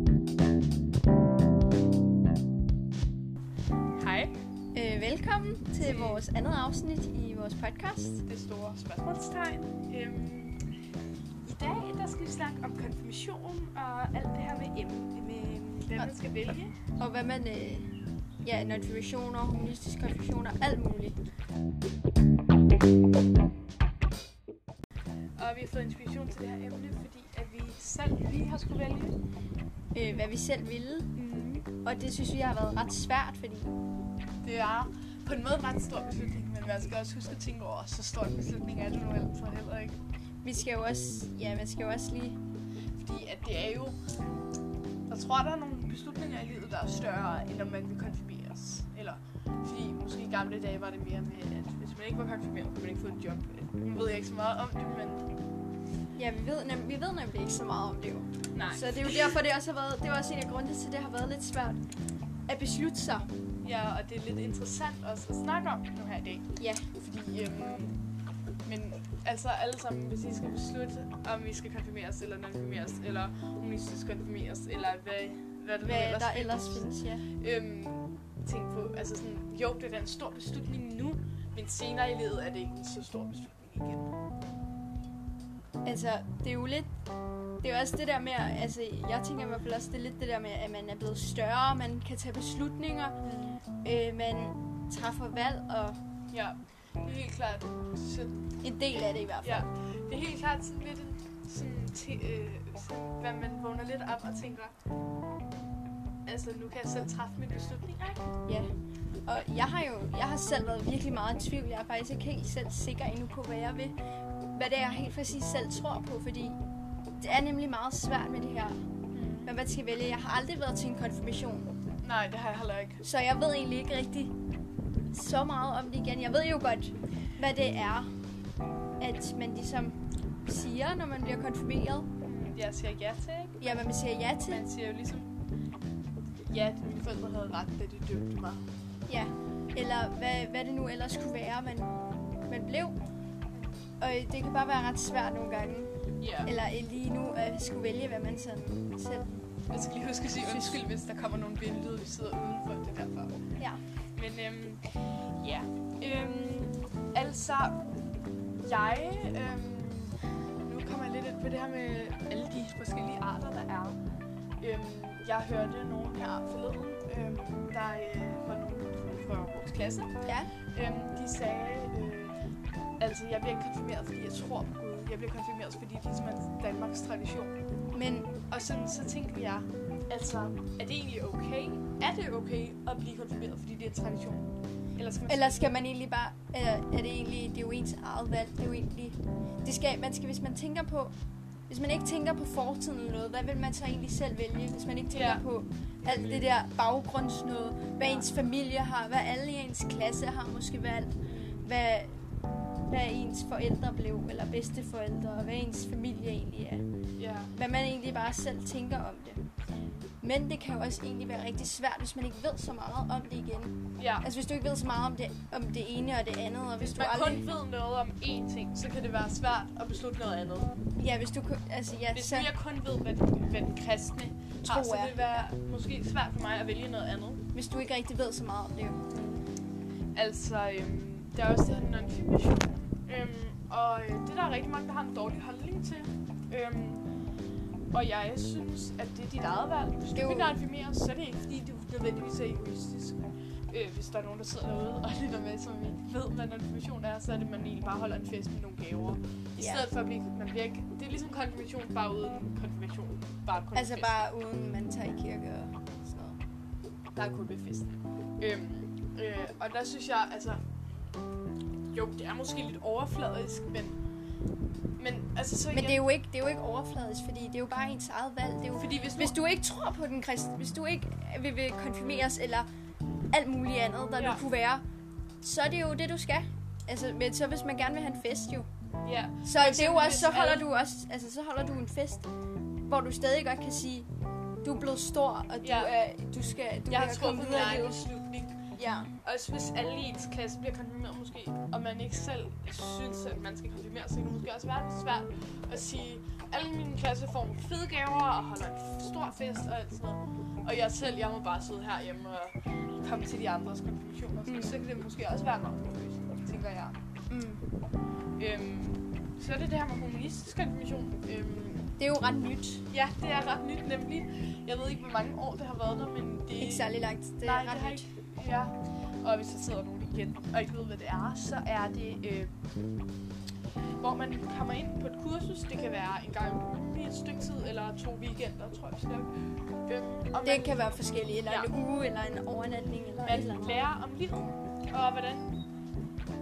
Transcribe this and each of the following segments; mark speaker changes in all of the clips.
Speaker 1: Øh, til vores andet afsnit i vores podcast.
Speaker 2: det store spørgsmålstegn. Øhm, I dag der skal vi snakke om konfirmation og alt det her med, emne, med hvad man skal vælge.
Speaker 1: Og hvad man... Øh, ja, notifikationer, humanistiske konfirmationer, alt muligt.
Speaker 2: Og vi har fået inspiration til det her emne, fordi at vi selv lige har skulle vælge.
Speaker 1: Øh, hvad vi selv ville.
Speaker 2: Mm.
Speaker 1: Og det synes vi har været ret svært, fordi...
Speaker 3: Mm-hmm. Det er på en måde en ret stor beslutning, men man skal også huske at tænke over, så stor en beslutning er det nu altså heller ikke.
Speaker 1: Vi skal jo også... Ja, man skal jo også lige...
Speaker 3: Fordi at det er jo... Jeg tror, der er nogle beslutninger i livet, der er større, end om man vil konfirmeres. Eller fordi måske i gamle dage var det mere med, at hvis man ikke var konfirmeret, kunne man ikke få et job. Nu ved jeg ikke så meget om det, men
Speaker 1: Ja, vi ved, nem, vi ved nemlig ikke så meget om det jo.
Speaker 3: nej.
Speaker 1: Så det er jo derfor, det også har været... Det var også en af grundene til, at det har været lidt svært at beslutte sig.
Speaker 3: Ja, og det er lidt interessant også at snakke om nu her i dag.
Speaker 1: Ja.
Speaker 3: Fordi, øhm, men altså alle sammen, hvis I skal beslutte, om vi skal konfirmeres eller non-konfirmeres, eller om vi skal konfirmeres, eller hvad, hvad, der, nu
Speaker 1: Hvad
Speaker 3: ellers
Speaker 1: der ellers findes, ja.
Speaker 3: Øhm, tænk på, altså sådan, jo, det er da en stor beslutning nu, men senere i livet er det ikke en så stor beslutning igen.
Speaker 1: Altså, det er jo lidt... Det er jo også det der med, at- altså, jeg tænker i hvert fald også, det er lidt det der med, at man er blevet større, man kan tage beslutninger, øh, man træffer valg, og
Speaker 3: Ja, det er helt klart, så
Speaker 1: en del af det i hvert fald.
Speaker 3: Ja, det er helt klart sådan lidt en, sådan, te, øh, sådan, hvad man vågner lidt op og tænker, altså nu kan jeg selv træffe mine beslutninger, ikke?
Speaker 1: Ja. Og jeg har jo jeg har selv været virkelig meget i tvivl. Jeg er faktisk ikke helt selv sikker endnu på, hvad jeg vil. Hvad det er, jeg helt præcis selv tror på, fordi det er nemlig meget svært med det her.
Speaker 3: Mm.
Speaker 1: Hvad man skal vælge. Jeg har aldrig været til en konfirmation.
Speaker 3: Nej, det har jeg heller ikke.
Speaker 1: Så jeg ved egentlig ikke rigtig så meget om det igen. Jeg ved jo godt, hvad det er, at man ligesom siger, når man bliver konfirmeret.
Speaker 3: Jeg siger ja til, ikke?
Speaker 1: Ja, hvad man siger ja til.
Speaker 3: Man siger jo ligesom, ja, mine forældre havde ret, da de døbte mig.
Speaker 1: Ja. Eller hvad, hvad det nu ellers kunne være, man, man blev. Og det kan bare være ret svært nogle gange.
Speaker 3: Ja.
Speaker 1: Eller lige nu at skulle vælge, hvad man sådan selv.
Speaker 3: Jeg skal lige huske at sige undskyld, hvis der kommer nogle vindlyde, vi sidder udenfor, det er derfor.
Speaker 1: Ja.
Speaker 3: Men øhm, ja, øhm, altså, jeg, øhm, nu kommer jeg lidt ind på det her med alle de forskellige arter, der er. Øhm, jeg hørte nogen her forleden, øhm, der øh, var nogen fra vores klasse,
Speaker 1: Ja.
Speaker 3: Øhm, de sagde, øh, altså jeg bliver ikke konfirmeret, fordi jeg tror på Gud. Jeg bliver konfirmeret, fordi det er simpelthen Danmarks tradition.
Speaker 1: Men
Speaker 3: Og sådan, så tænkte jeg, altså, er det egentlig okay? Er det okay at blive konfirmeret, fordi det er tradition? Eller skal man
Speaker 1: Eller skal man egentlig bare, øh, er det egentlig, det er jo ens eget valg, det er jo egentlig, det skal, man skal, hvis man tænker på, hvis man ikke tænker på fortiden eller noget, hvad vil man så egentlig selv vælge, hvis man ikke tænker
Speaker 3: Ja.
Speaker 1: på alt det der baggrundsnøde, hvad
Speaker 3: Ja.
Speaker 1: ens familie har, hvad alle i ens klasse har måske valgt, hvad, hvad ens forældre blev, eller bedsteforældre, og hvad ens familie egentlig er
Speaker 3: Ja,
Speaker 1: hvad man egentlig bare selv tænker om det. Men det kan jo også egentlig være rigtig svært, hvis man ikke ved så meget om det igen.
Speaker 3: ja.
Speaker 1: Altså hvis du ikke ved så meget om det, om det ene og det andet, og hvis
Speaker 3: Hvis
Speaker 1: du
Speaker 3: man
Speaker 1: aldrig...
Speaker 3: kun ved noget om én ting, så kan det være svært at beslutte noget andet.
Speaker 1: Ja, hvis du kun... Altså ja,
Speaker 3: Hvis
Speaker 1: så...
Speaker 3: nu jeg kun ved, hvad den, hvad den kristne
Speaker 1: Tro
Speaker 3: har, så
Speaker 1: er.
Speaker 3: vil det være måske svært for mig at vælge noget andet.
Speaker 1: hvis du ikke rigtig ved så meget om det. jo.
Speaker 3: Altså, øhm, der er også det her non-filmation. Øhm, og øh, det er der er rigtig mange, der har en dårlig holdning til. Øhm, og jeg synes, at det er dit eget valg. Hvis du
Speaker 1: Det er
Speaker 3: vil
Speaker 1: jo-
Speaker 3: non-filmere, så er det ikke, fordi du nødvendigvis er egoistisk. Øh, hvis der er nogen, der sidder derude og lytter med, som ikke ved, hvad non-filmation er, så er det, at man egentlig bare holder en fest med nogle gaver. I
Speaker 1: Ja.
Speaker 3: stedet for at blive, man bliver ikke, det er ligesom konfirmation, bare uden konfirmation. Bare kun
Speaker 1: Altså
Speaker 3: fest.
Speaker 1: bare uden man tager i kirke og sådan noget.
Speaker 3: der er kun ved festen. Øhm, øh, og der synes jeg, altså, jo, det er måske lidt overfladisk, men, men altså så
Speaker 1: Men
Speaker 3: igen,
Speaker 1: det er jo ikke, det er jo ikke overfladisk, fordi det er jo bare ens eget valg. Det er jo...
Speaker 3: fordi hvis,
Speaker 1: Hvis du ikke tror på den kristne, hvis du ikke vil, vil konfirmeres eller alt muligt andet, der ja.
Speaker 3: Ja.
Speaker 1: nu kunne være, så er det jo det, du skal. Altså, men så hvis man gerne vil have en fest jo,
Speaker 3: ja,
Speaker 1: Så
Speaker 3: For
Speaker 1: det er jo
Speaker 3: eksempel,
Speaker 1: også, så
Speaker 3: hvis
Speaker 1: holder
Speaker 3: alle-
Speaker 1: du også, altså så holder du en fest, hvor du stadig godt kan sige, du er blevet stor, og du,
Speaker 3: Ja.
Speaker 1: er, du skal du
Speaker 3: jeg
Speaker 1: kan
Speaker 3: har troet
Speaker 1: komme
Speaker 3: på min
Speaker 1: videre i
Speaker 3: egen
Speaker 1: livet.
Speaker 3: beslutning.
Speaker 1: Ja.
Speaker 3: Også hvis alle i ens klasse bliver konfirmeret måske, og man ikke selv synes, at man skal konfirmere, så kan det måske også være lidt svært at sige, alle mine klasse får fede gaver og holder en stor fest og alt sådan noget. Og jeg selv, jeg må bare sidde herhjemme og komme til de andres konfirmationer. Mm.
Speaker 1: Mm.
Speaker 3: Så kan det måske også være nok nervøst, tænker jeg.
Speaker 1: Mm.
Speaker 3: Øhm, så er det det her med humanistisk konfirmation. Øhm,
Speaker 1: Det er jo ret nyt.
Speaker 3: ja, det er ret nyt nemlig. Jeg ved ikke, hvor mange år det har været der, men det
Speaker 1: Ikke særlig langt. Det er
Speaker 3: Nej, det
Speaker 1: ret
Speaker 3: har
Speaker 1: nyt.
Speaker 3: ikke. Ja. Og hvis der sidder nogen igen og ikke ved, hvad det er, så er det, øh, hvor man kommer ind på et kursus. Det kan være en gang om ugen i et stykke tid, eller to weekender, tror jeg bestemt. Øhm, og man,
Speaker 1: Det kan være forskelligt. Eller en uge, eller en overnatning, eller et eller
Speaker 3: man
Speaker 1: andet.
Speaker 3: lærer om livet, og hvordan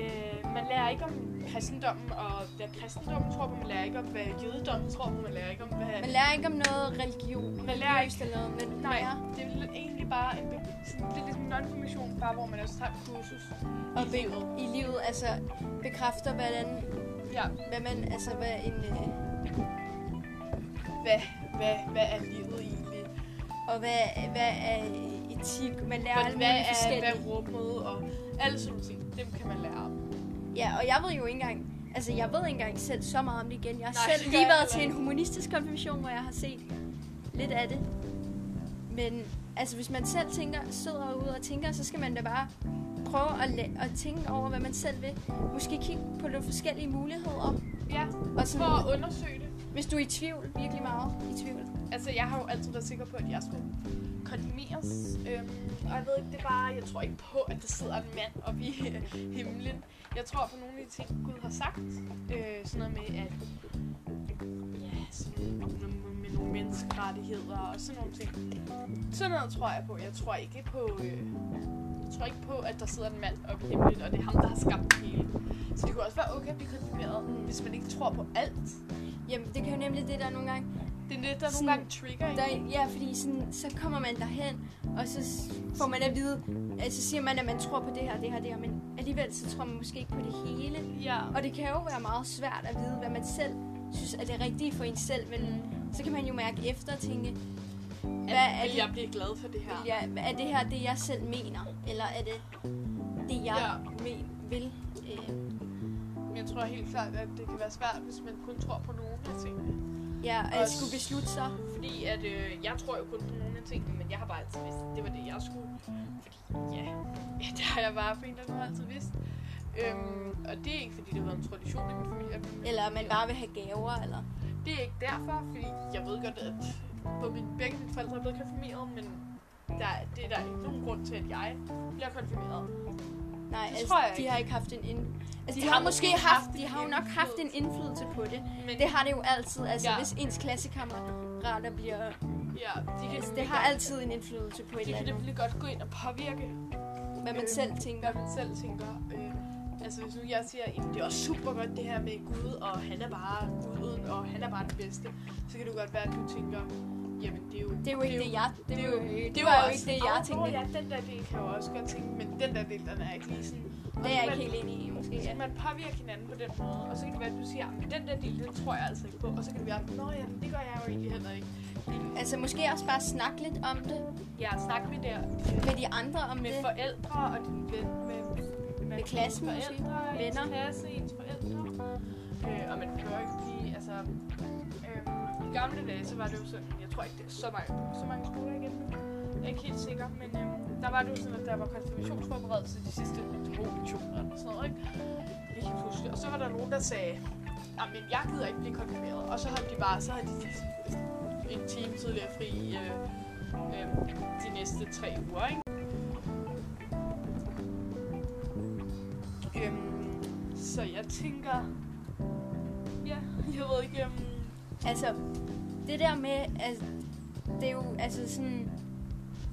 Speaker 3: øh, man lærer ikke om kristendommen og hvad kristendommen tror på, man lærer ikke om, hvad jødedommen tror på, man lærer ikke om, hvad...
Speaker 1: Man lærer ikke om noget religion.
Speaker 3: Man lærer
Speaker 1: religiøst eller noget, men
Speaker 3: Nej,
Speaker 1: lærer
Speaker 3: det er egentlig bare en, be- sådan, det er ligesom en information bare hvor man også tager et kursus
Speaker 1: og
Speaker 3: i
Speaker 1: be-
Speaker 3: livet.
Speaker 1: i livet altså bekræfter, hvordan,
Speaker 3: Ja.
Speaker 1: hvad man, altså hvad en, øh,
Speaker 3: hvad, hvad, hvad er livet egentlig?
Speaker 1: og hvad, hvad er etik. Man lærer alt
Speaker 3: hvad
Speaker 1: muligt
Speaker 3: er,
Speaker 1: forskelligt.
Speaker 3: hvad er rummet og alle sådan nogle ting? Dem kan man lære om.
Speaker 1: Ja, og jeg ved jo ikke engang, altså jeg ved ikke engang selv så meget om det igen. Jeg har
Speaker 3: Nej,
Speaker 1: Nej,
Speaker 3: det
Speaker 1: selv
Speaker 3: gør
Speaker 1: lige
Speaker 3: jeg
Speaker 1: været til
Speaker 3: heller
Speaker 1: en humanistisk konfirmation, hvor jeg har set lidt af det. Men altså hvis man selv tænker, sidder ude og tænker, så skal man da bare prøve at, la- at tænke over, hvad man selv vil. Måske kigge på nogle forskellige muligheder.
Speaker 3: Ja,
Speaker 1: Og
Speaker 3: for
Speaker 1: sådan,
Speaker 3: at undersøge det.
Speaker 1: hvis du er i tvivl, virkelig meget i tvivl.
Speaker 3: Altså, jeg har jo altid været sikker på, at jeg skulle konfirmeres. Øhm, og jeg ved ikke, det er bare, jeg tror ikke på, at der sidder en mand oppe i øh, himlen. Jeg tror på nogle af de ting, Gud har sagt. Øh, sådan noget med, at ja, sådan nogle- med nogle menneskerettigheder og sådan nogle ting. Sådan noget tror jeg på. Jeg tror ikke på, øh, jeg tror ikke på, at der sidder en mand oppe i himlen, og det er ham, der har skabt det hele. Så det kunne også være okay at blive konfirmeret, hvis man ikke tror på alt.
Speaker 1: Jamen det kan jo nemlig det, der nogle gange
Speaker 3: Det er lidt, der
Speaker 1: Sådan,
Speaker 3: nogle gange trigger en.
Speaker 1: Der, ja, fordi sådan, så kommer man derhen, og så s- får man at vide, altså siger man, at man tror på det her, det her, det her, men alligevel så tror man måske ikke på det hele.
Speaker 3: Ja.
Speaker 1: Og det kan jo være meget svært at vide, hvad man selv synes er det rigtige for en selv, men så kan man jo mærke efter og tænke, hvad er
Speaker 3: Vil jeg
Speaker 1: det,
Speaker 3: bliver glad for det her.
Speaker 1: vil jeg, er det her det, jeg selv mener, eller er det det, jeg men, vil? Øh,
Speaker 3: Men jeg tror helt klart, at det kan være svært, hvis man kun tror på nogle af tingene.
Speaker 1: ja, og jeg
Speaker 3: Også-
Speaker 1: skulle beslutte sig.
Speaker 3: Fordi at, øh, jeg tror jo kun på nogle af tingene, men jeg har bare altid vidst, at det var det, jeg skulle. Fordi ja, ja det har jeg bare på en eller anden måde altid vidst. Øhm, og det er ikke, fordi det har været en tradition i min familie. at blive
Speaker 1: Eller man
Speaker 3: konfirmeret.
Speaker 1: bare vil have gaver, eller...
Speaker 3: Det er ikke derfor, fordi jeg ved godt, at på min, begge mine forældre er blevet konfirmeret, men der, det er der ikke nogen grund til, at jeg bliver konfirmeret.
Speaker 1: Nej,
Speaker 3: Det
Speaker 1: altså,
Speaker 3: tror jeg
Speaker 1: de
Speaker 3: ikke.
Speaker 1: har ikke haft en ind... Altså,
Speaker 3: De
Speaker 1: de, de har,
Speaker 3: har
Speaker 1: måske
Speaker 3: måske
Speaker 1: haft,
Speaker 3: haft
Speaker 1: de
Speaker 3: en
Speaker 1: har jo nok haft en indflydelse på det.
Speaker 3: Men
Speaker 1: Det har det jo altid. Altså, ja.
Speaker 3: Ja.
Speaker 1: hvis ens klassekammerater bliver...
Speaker 3: ja, de kan
Speaker 1: Altså, det
Speaker 3: nemlig
Speaker 1: har
Speaker 3: godt-
Speaker 1: altid en indflydelse på et
Speaker 3: De
Speaker 1: eller
Speaker 3: kan
Speaker 1: andet.
Speaker 3: nemlig godt gå ind og påvirke
Speaker 1: Hvad man
Speaker 3: øh,
Speaker 1: selv tænker.
Speaker 3: hvad man selv tænker. Øh, altså hvis nu jeg siger, at det er også super godt det her med Gud, og han er bare guden, og han er bare den bedste, så kan det jo godt være, at du tænker, jamen det er jo...
Speaker 1: Det er jo ikke det, jeg... Det, er jo, det,
Speaker 3: er
Speaker 1: var jo
Speaker 3: også-
Speaker 1: ikke
Speaker 3: Åh,
Speaker 1: det, jeg
Speaker 3: nå
Speaker 1: tænkte.
Speaker 3: Ja, den der del kan jeg jo også godt tænke, men den der del, den er ikke lige sådan...
Speaker 1: Det er jeg ikke helt enig i, måske.
Speaker 3: Så
Speaker 1: Ja.
Speaker 3: kan man påvirke hinanden på den måde, og så kan det være, at du siger, at den der del, den tror jeg altså ikke på, og så kan det være, nå ja, det gør jeg jo egentlig heller ikke.
Speaker 1: Altså, måske også bare snakke lidt om det
Speaker 3: Jeg har snakket med der
Speaker 1: med de andre om
Speaker 3: med
Speaker 1: det.
Speaker 3: forældre og dine ven, med, med, med
Speaker 1: klassen måske.
Speaker 3: forældre,
Speaker 1: Venner.
Speaker 3: Ens klasse, ens forældre. Øh, og man behøver ikke blive, altså... Øh, I gamle dage, så var det jo sådan, jeg tror ikke, det er så mange, så mange skoler igen nu. Jeg er ikke helt sikker, men øh, der var det jo sådan, at der var konfirmationsforberedelse de sidste to lektioner og sådan noget, ikke? Jeg kan ikke huske. det. Og så var der nogen, der sagde, men jeg gider ikke blive konfirmeret. Og så havde de bare, så havde de en time tidligere fri øh, øh, de næste tre uger, ikke? Øhm, så jeg tænker... Ja, jeg ved ikke... Øhm,
Speaker 1: Altså, det der med... Altså, det er jo altså sådan...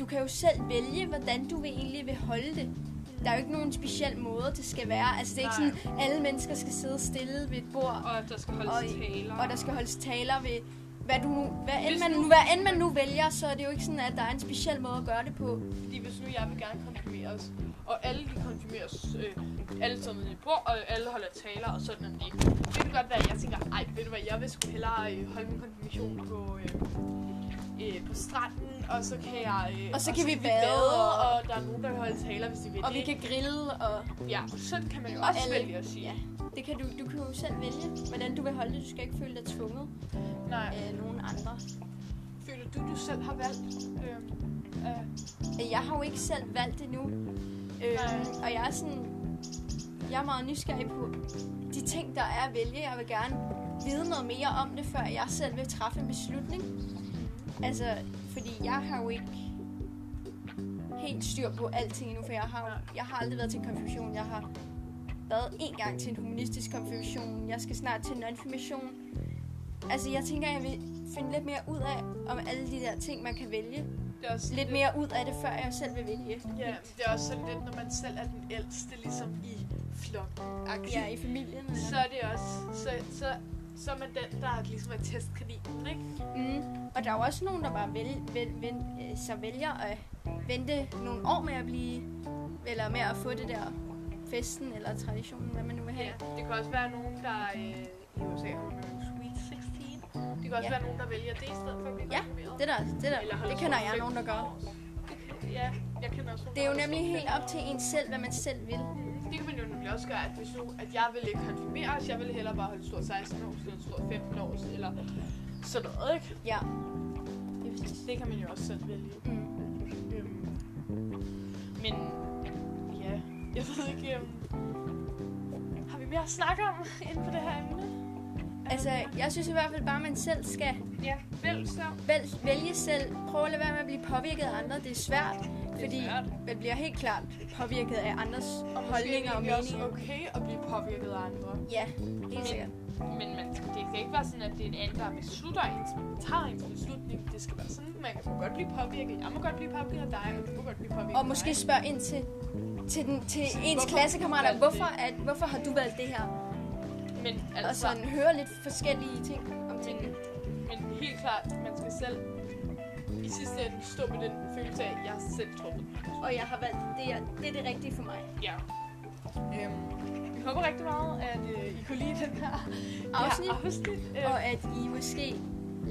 Speaker 1: Du kan jo selv vælge, hvordan du vil egentlig vil holde det. Der er jo ikke nogen speciel måde, det skal være. Altså, det er ikke
Speaker 3: Nej.
Speaker 1: sådan, alle mennesker skal sidde stille ved et bord
Speaker 3: og at der skal holdes
Speaker 1: Og-
Speaker 3: taler.
Speaker 1: og der skal holdes taler ved, hvad, du nu, hvad, end
Speaker 3: Hvis
Speaker 1: man,
Speaker 3: nu-
Speaker 1: hvad end man nu vælger, så er det jo ikke sådan, at der er en speciel måde at gøre det på.
Speaker 3: Fordi hvis nu jeg vil gerne konfirmeres, og alle de konfirmeres, øh, alle sidder nede i bord, og alle holder taler, og sådan er det. Det kan godt være, at jeg tænker, ej, ved du hvad, jeg vil sgu hellere øh, holde min konfirmation på, øh, øh, på stranden, og så kan jeg... øh,
Speaker 1: Og så kan vi
Speaker 3: bade,
Speaker 1: bade, og-
Speaker 3: og der er nogen, der vil holde taler, hvis de vil
Speaker 1: Og vi
Speaker 3: det.
Speaker 1: kan grille, og
Speaker 3: Ja, sådan kan man jo
Speaker 1: Og
Speaker 3: også
Speaker 1: alle-
Speaker 3: vælge at sige.
Speaker 1: ja. det kan du, du kan jo selv vælge, hvordan du vil holde det. Du skal ikke føle dig tvunget
Speaker 3: Nej.
Speaker 1: af nogen andre.
Speaker 3: Føler du, du selv har valgt? Øhm, øh,
Speaker 1: Øh, Jeg har jo ikke selv valgt det nu.
Speaker 3: Nej.
Speaker 1: Øhm, og jeg er sådan... Jeg er meget nysgerrig på de ting, der er at vælge. Jeg vil gerne vide noget mere om det, før jeg selv vil træffe en beslutning. Altså, fordi jeg har jo ikke helt styr på alting endnu, for jeg har, jo- jeg har aldrig været til en konfirmation. Jeg har været én gang til en humanistisk konfirmation. Jeg skal snart til en konfirmation. Altså, jeg tænker, jeg vil finde lidt mere ud af, om alle de der ting, man kan vælge
Speaker 3: det er også
Speaker 1: lidt mere ud af det, før jeg selv vil vælge.
Speaker 3: Ja, men det er også sådan lidt, når man selv er den ældste, ligesom i flok.
Speaker 1: Ja, i familien.
Speaker 3: Så
Speaker 1: Eller?
Speaker 3: er det også, så, så, så er man den, der ligesom er testkaninen, ikke?
Speaker 1: Mm. Og der er jo også nogen, der bare vælge, vælge, vælge, øh, så vælger at vente nogle år med at blive, eller med at få det der festen eller traditionen, hvad man nu vil have.
Speaker 3: Ja. Det kan også være nogen, der øh, i USA har man jo Sweet 16. Det kan også
Speaker 1: Ja.
Speaker 3: være nogen, der vælger det i stedet for at blive
Speaker 1: Ja,
Speaker 3: konfirmeret.
Speaker 1: Det der, det
Speaker 3: Eller
Speaker 1: der,
Speaker 3: holder
Speaker 1: det kender
Speaker 3: skole
Speaker 1: jeg nogen, der
Speaker 3: 15
Speaker 1: gør.
Speaker 3: år. Det kan- Ja, jeg kender også nogen,
Speaker 1: Det er jo
Speaker 3: der holder
Speaker 1: nemlig
Speaker 3: skole
Speaker 1: helt
Speaker 3: 15
Speaker 1: op
Speaker 3: år.
Speaker 1: til en selv, hvad man selv vil.
Speaker 3: Det kan man jo nemlig også gøre, at hvis nu, at jeg vil ikke konfirmeres, jeg vil hellere bare holde stor 16 år, eller stor 15 år, eller sådan noget, ikke?
Speaker 1: Ja. Det er præcis.
Speaker 3: Det kan man jo også selv vælge.
Speaker 1: Mm.
Speaker 3: Øhm. Men, ja, jeg ved ikke, øhm, har vi mere at snakke om inden for det her emne? Er
Speaker 1: Altså,
Speaker 3: der mere?
Speaker 1: jeg synes i hvert fald bare, at man selv skal
Speaker 3: ja, vælg så.
Speaker 1: vælge, vælge selv. Prøv at lade være med at blive påvirket af andre. Det er svært,
Speaker 3: er
Speaker 1: fordi
Speaker 3: svært.
Speaker 1: man bliver helt klart påvirket af andres
Speaker 3: Og måske er
Speaker 1: holdninger og
Speaker 3: det også
Speaker 1: meninger.
Speaker 3: okay at blive påvirket af andre.
Speaker 1: Ja, helt sikkert.
Speaker 3: Men man, det skal ikke være sådan, at det er en anden, der beslutter ens, man tager ens beslutning. Det skal være sådan, man må godt blive påvirket. Jeg må godt blive påvirket af dig, og du må godt blive påvirket
Speaker 1: Og
Speaker 3: af
Speaker 1: måske
Speaker 3: mig.
Speaker 1: spørge ind til, til, den, til ens
Speaker 3: hvorfor har
Speaker 1: klassekammerater,
Speaker 3: du valgt
Speaker 1: hvorfor, at, hvorfor har du valgt det her?
Speaker 3: Men,
Speaker 1: Og
Speaker 3: altså, Mm.
Speaker 1: sådan høre lidt forskellige ting om
Speaker 3: men,
Speaker 1: tingene.
Speaker 3: men helt klart, man skal selv i sidste ende stå med den følelse af, at jeg har selv truffet. den her
Speaker 1: Og jeg har valgt, det er det, er det rigtige for mig.
Speaker 3: Ja. Øhm, vi håber rigtig meget, at øh, I kunne lide den her
Speaker 1: Afsnit.
Speaker 3: Ja, afsnit. Øh,
Speaker 1: Og at I måske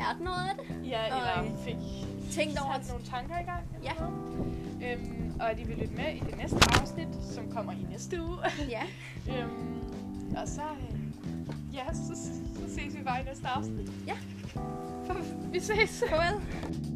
Speaker 1: lærte noget af det.
Speaker 3: ja,
Speaker 1: og,
Speaker 3: eller
Speaker 1: øh,
Speaker 3: fik
Speaker 1: Tænkt over
Speaker 3: sat nogle tanker i gang. eller
Speaker 1: Ja.
Speaker 3: noget. Øhm, og at I vil lytte med i det næste afsnit, som kommer i næste uge.
Speaker 1: Ja,
Speaker 3: øhm, og så, øh, ja, så, så ses vi bare i næste afsnit.
Speaker 1: Ja.
Speaker 3: Vi ses.
Speaker 1: farvel.